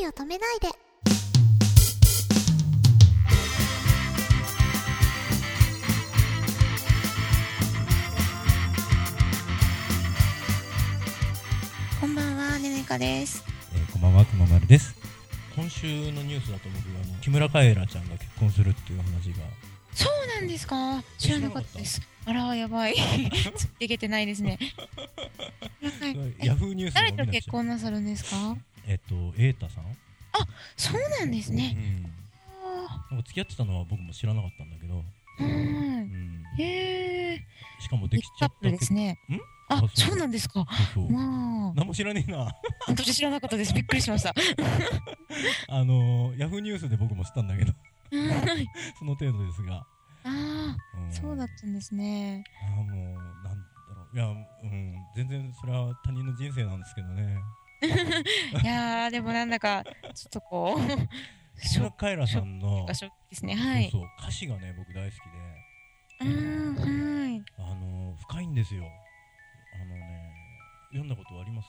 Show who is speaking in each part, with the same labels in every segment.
Speaker 1: 恋を止めないで。こんばんは、ねねかです。
Speaker 2: えーこんばんは、くままるです。今週のニュースだと僕はあの木村カエラちゃんが結婚するっていう話が、
Speaker 1: そうなんですか。知らなかったです。あら、や ばい。ついていけてないですね。はい
Speaker 2: ヤフーニュース
Speaker 1: 誰
Speaker 2: を
Speaker 1: と
Speaker 2: 見出し
Speaker 1: 結
Speaker 2: て
Speaker 1: 婚なさるんですか。
Speaker 2: えっと、瑛太さん、
Speaker 1: そうなんですね。
Speaker 2: なんか付き合ってたのは僕も知らなかったんだけど、
Speaker 1: うん。へえ。
Speaker 2: しかもで
Speaker 1: ビッ
Speaker 2: き
Speaker 1: グ
Speaker 2: ち
Speaker 1: カ
Speaker 2: ゃ
Speaker 1: ッ
Speaker 2: っ
Speaker 1: プ
Speaker 2: た
Speaker 1: ルですね。あ
Speaker 2: あ、そう
Speaker 1: そうなんですか。
Speaker 2: そうそう
Speaker 1: まあ、
Speaker 2: 何も知らねえな
Speaker 1: 私知らなかったです。びっくりしました。
Speaker 2: あのーヤフーニュースで僕も知ったんだけど
Speaker 1: はい
Speaker 2: その程度ですが、
Speaker 1: あ
Speaker 2: う
Speaker 1: あ、
Speaker 2: ん
Speaker 1: そうだったんですね。
Speaker 2: あーもうなんだろういや、うん、全然それは他人の人生なんですけどね
Speaker 1: いやー、でもなんだか、ちょっとこ う、
Speaker 2: 木
Speaker 1: ショッ
Speaker 2: 村カエラさんの
Speaker 1: クがショックですね。はい。
Speaker 2: そうそう歌詞がね僕大好きで
Speaker 1: うん、はい。
Speaker 2: あの深いんですよあのね読んだことあります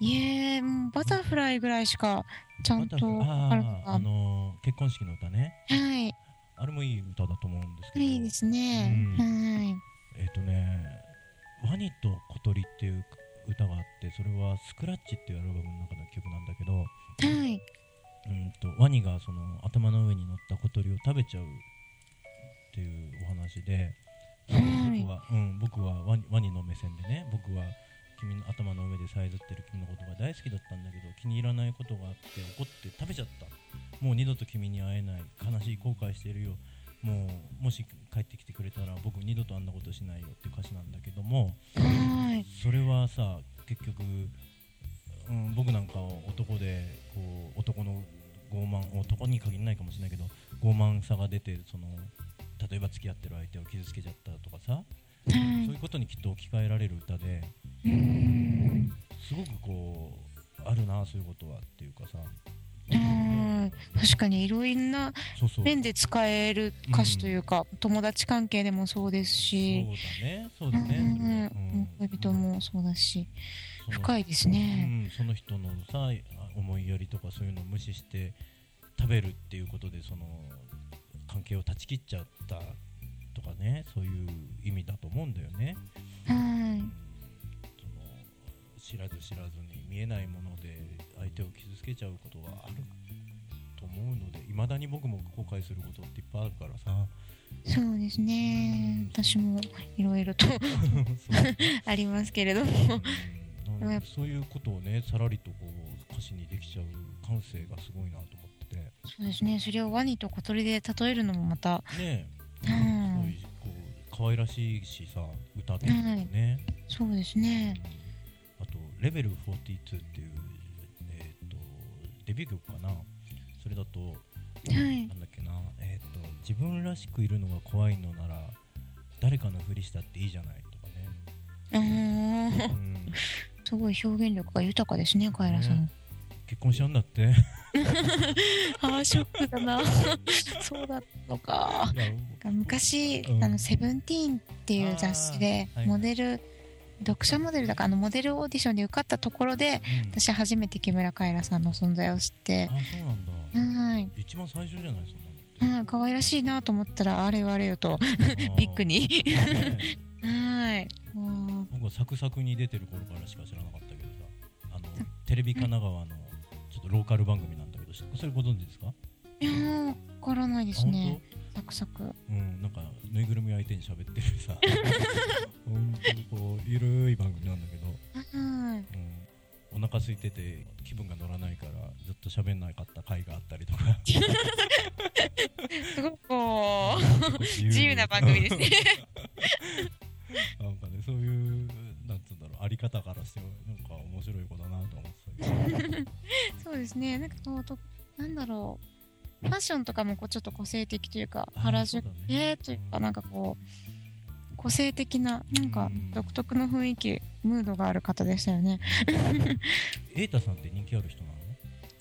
Speaker 1: いえ、もうバタフライぐらいしか、ちゃんと
Speaker 2: バタフライ
Speaker 1: ある
Speaker 2: あー
Speaker 1: のが。
Speaker 2: あの結婚式の歌ね
Speaker 1: はい。
Speaker 2: あれもいい歌だと思うんですけど
Speaker 1: いいですね。
Speaker 2: う
Speaker 1: はい。
Speaker 2: えっ、とね「ワニと小鳥」っていう歌があってそれは「スクラッチ」っていうアルバムの中の曲なんだけど
Speaker 1: はい。
Speaker 2: うんとワニがその頭の上に乗った小鳥を食べちゃうっていうお話で、
Speaker 1: はい
Speaker 2: 僕は、うん、僕はワニワニの目線でね僕は君の頭の上でさえずってる君のことが大好きだったんだけど気に入らないことがあって怒って食べちゃったもう二度と君に会えない悲しい後悔してるよもうもし帰ってきてくれたら僕二度とあんなことしないよっていう歌詞なんだけども
Speaker 1: はい。
Speaker 2: それはさ結局、うん、僕なんかは男でこう男の傲慢男に限らないかもしれないけど傲慢さが出てその例えば付き合ってる相手を傷つけちゃったとかさ、
Speaker 1: は
Speaker 2: そういうことにきっと置き換えられる歌で
Speaker 1: い。うん
Speaker 2: すごくこうあるなそういうことはっていうかさ
Speaker 1: うん確かにいろいろな
Speaker 2: そうそう
Speaker 1: 面で使える歌詞というか、友達関係でもそうですし、
Speaker 2: そうだねそう
Speaker 1: う
Speaker 2: だ
Speaker 1: ん
Speaker 2: ね、
Speaker 1: うん恋人もそうだし、深
Speaker 2: い
Speaker 1: いです
Speaker 2: う
Speaker 1: ね。
Speaker 2: ん、その人のさ思いやりとかそういうのを無視して食べるっていうことでその関係を断ち切っちゃったとかねそういう意味だと思うんだよね。
Speaker 1: はい
Speaker 2: うんその知らず知らずに見えないもので相手を傷つけちゃうことはあると思うのでいまだに僕も後悔することっていっぱいあるからさ
Speaker 1: そうですね。私もいろいろと
Speaker 2: そう
Speaker 1: ありますけれども、
Speaker 2: うんなんかそういうことをねさらりとこう歌詞にできちゃう感性がすごいなと思ってて。
Speaker 1: そうですね。それをワニと小鳥で例えるのもまた、
Speaker 2: ねえ、
Speaker 1: うん
Speaker 2: すごいこう可愛らしいしさ歌ってるよね、
Speaker 1: そうです
Speaker 2: うん
Speaker 1: ね。
Speaker 2: あと「レベル42」っていう、えー、とデビュー曲かなそれだと
Speaker 1: はい
Speaker 2: な。んだっけな、えー、と自分らしくいるのが怖いのなら誰かのふりしたっていいじゃないとかね、
Speaker 1: あ
Speaker 2: う
Speaker 1: ー
Speaker 2: ん、
Speaker 1: すごい表現力が豊かですね、カエラさん。
Speaker 2: 結婚しちゃうんだって
Speaker 1: ああ、ショックだな。そうだったのか。
Speaker 2: いや
Speaker 1: 昔、
Speaker 2: うん
Speaker 1: あの「セブンティーンっていう雑誌で
Speaker 2: あーはいはい
Speaker 1: モデル、読者モデルだからあのモデルオーディションで受かったところで
Speaker 2: うん
Speaker 1: 私初めて木村カエラさんの存在を知って
Speaker 2: あそうなんだ、
Speaker 1: はい
Speaker 2: 一番最初じゃないそ んなのって
Speaker 1: うん可愛らしいなと思ったらあれよあれよと
Speaker 2: あー
Speaker 1: ビッグに
Speaker 2: ねえ
Speaker 1: はいもう
Speaker 2: 僕はサクサクに出てる頃からしか知らなかったけどさあのテレビ神奈川のちょっとローカル番組なんだけどしそれご存知ですかあ
Speaker 1: いやーわからないですね
Speaker 2: 本
Speaker 1: サクサク
Speaker 2: 当うんなんかぬいぐるみ相手に喋ってる さ本当にこうゆるい番組なんだけど、
Speaker 1: はい
Speaker 2: うん、お腹空いてて気分が乗らないからずっと喋んなかった回があったりと か
Speaker 1: すごくこう
Speaker 2: 自
Speaker 1: 自由な番組ですね
Speaker 2: なんかねそういうなんつうんだろうあり方からしてなんか面白い子だなと思って たけど
Speaker 1: そうですねなんかこうとなんだろうファッションとかもこうちょっと個性的というか原宿
Speaker 2: あーそうだね
Speaker 1: えーというかなんかこう個性的ななんか
Speaker 2: うん
Speaker 1: 独特の雰囲気ムードがある方でしたよね
Speaker 2: 瑛太さんって人気ある人なの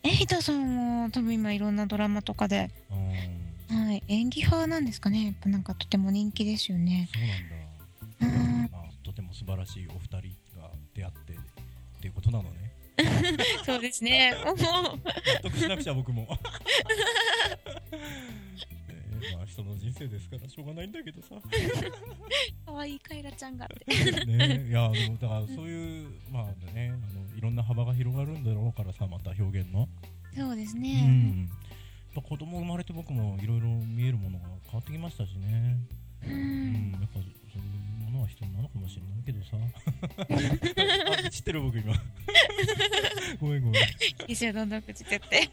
Speaker 1: エイタさんも多分今いろんなドラマとかで、
Speaker 2: うーん
Speaker 1: はい、演技派なんですかねやっぱなんかとても人気ですよね
Speaker 2: そうなんだ、
Speaker 1: うん
Speaker 2: まあ、とても素晴らしいお二人が出会ってっていうことなのね
Speaker 1: そうですね。もう
Speaker 2: 納得しなくちゃ僕も ねえまあ人の人生ですからしょうがないんだけどさ
Speaker 1: 可愛いカイラちゃんがって。
Speaker 2: ねえいやあのだからそういうまあねあのいろんな幅が広がるんだろうからさまた表現の、
Speaker 1: そうです
Speaker 2: う
Speaker 1: ね。
Speaker 2: ん、やっぱ子供生まれて僕もいろいろ見えるものが変わってきましたしね、
Speaker 1: う
Speaker 2: うん
Speaker 1: ん。
Speaker 2: やっぱそういうものは人なのかもしれないけどさ あ知ってる僕今ごめんごめん
Speaker 1: 一生どんどん口ちゃって。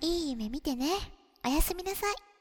Speaker 3: いい夢見てね。おやすみなさい。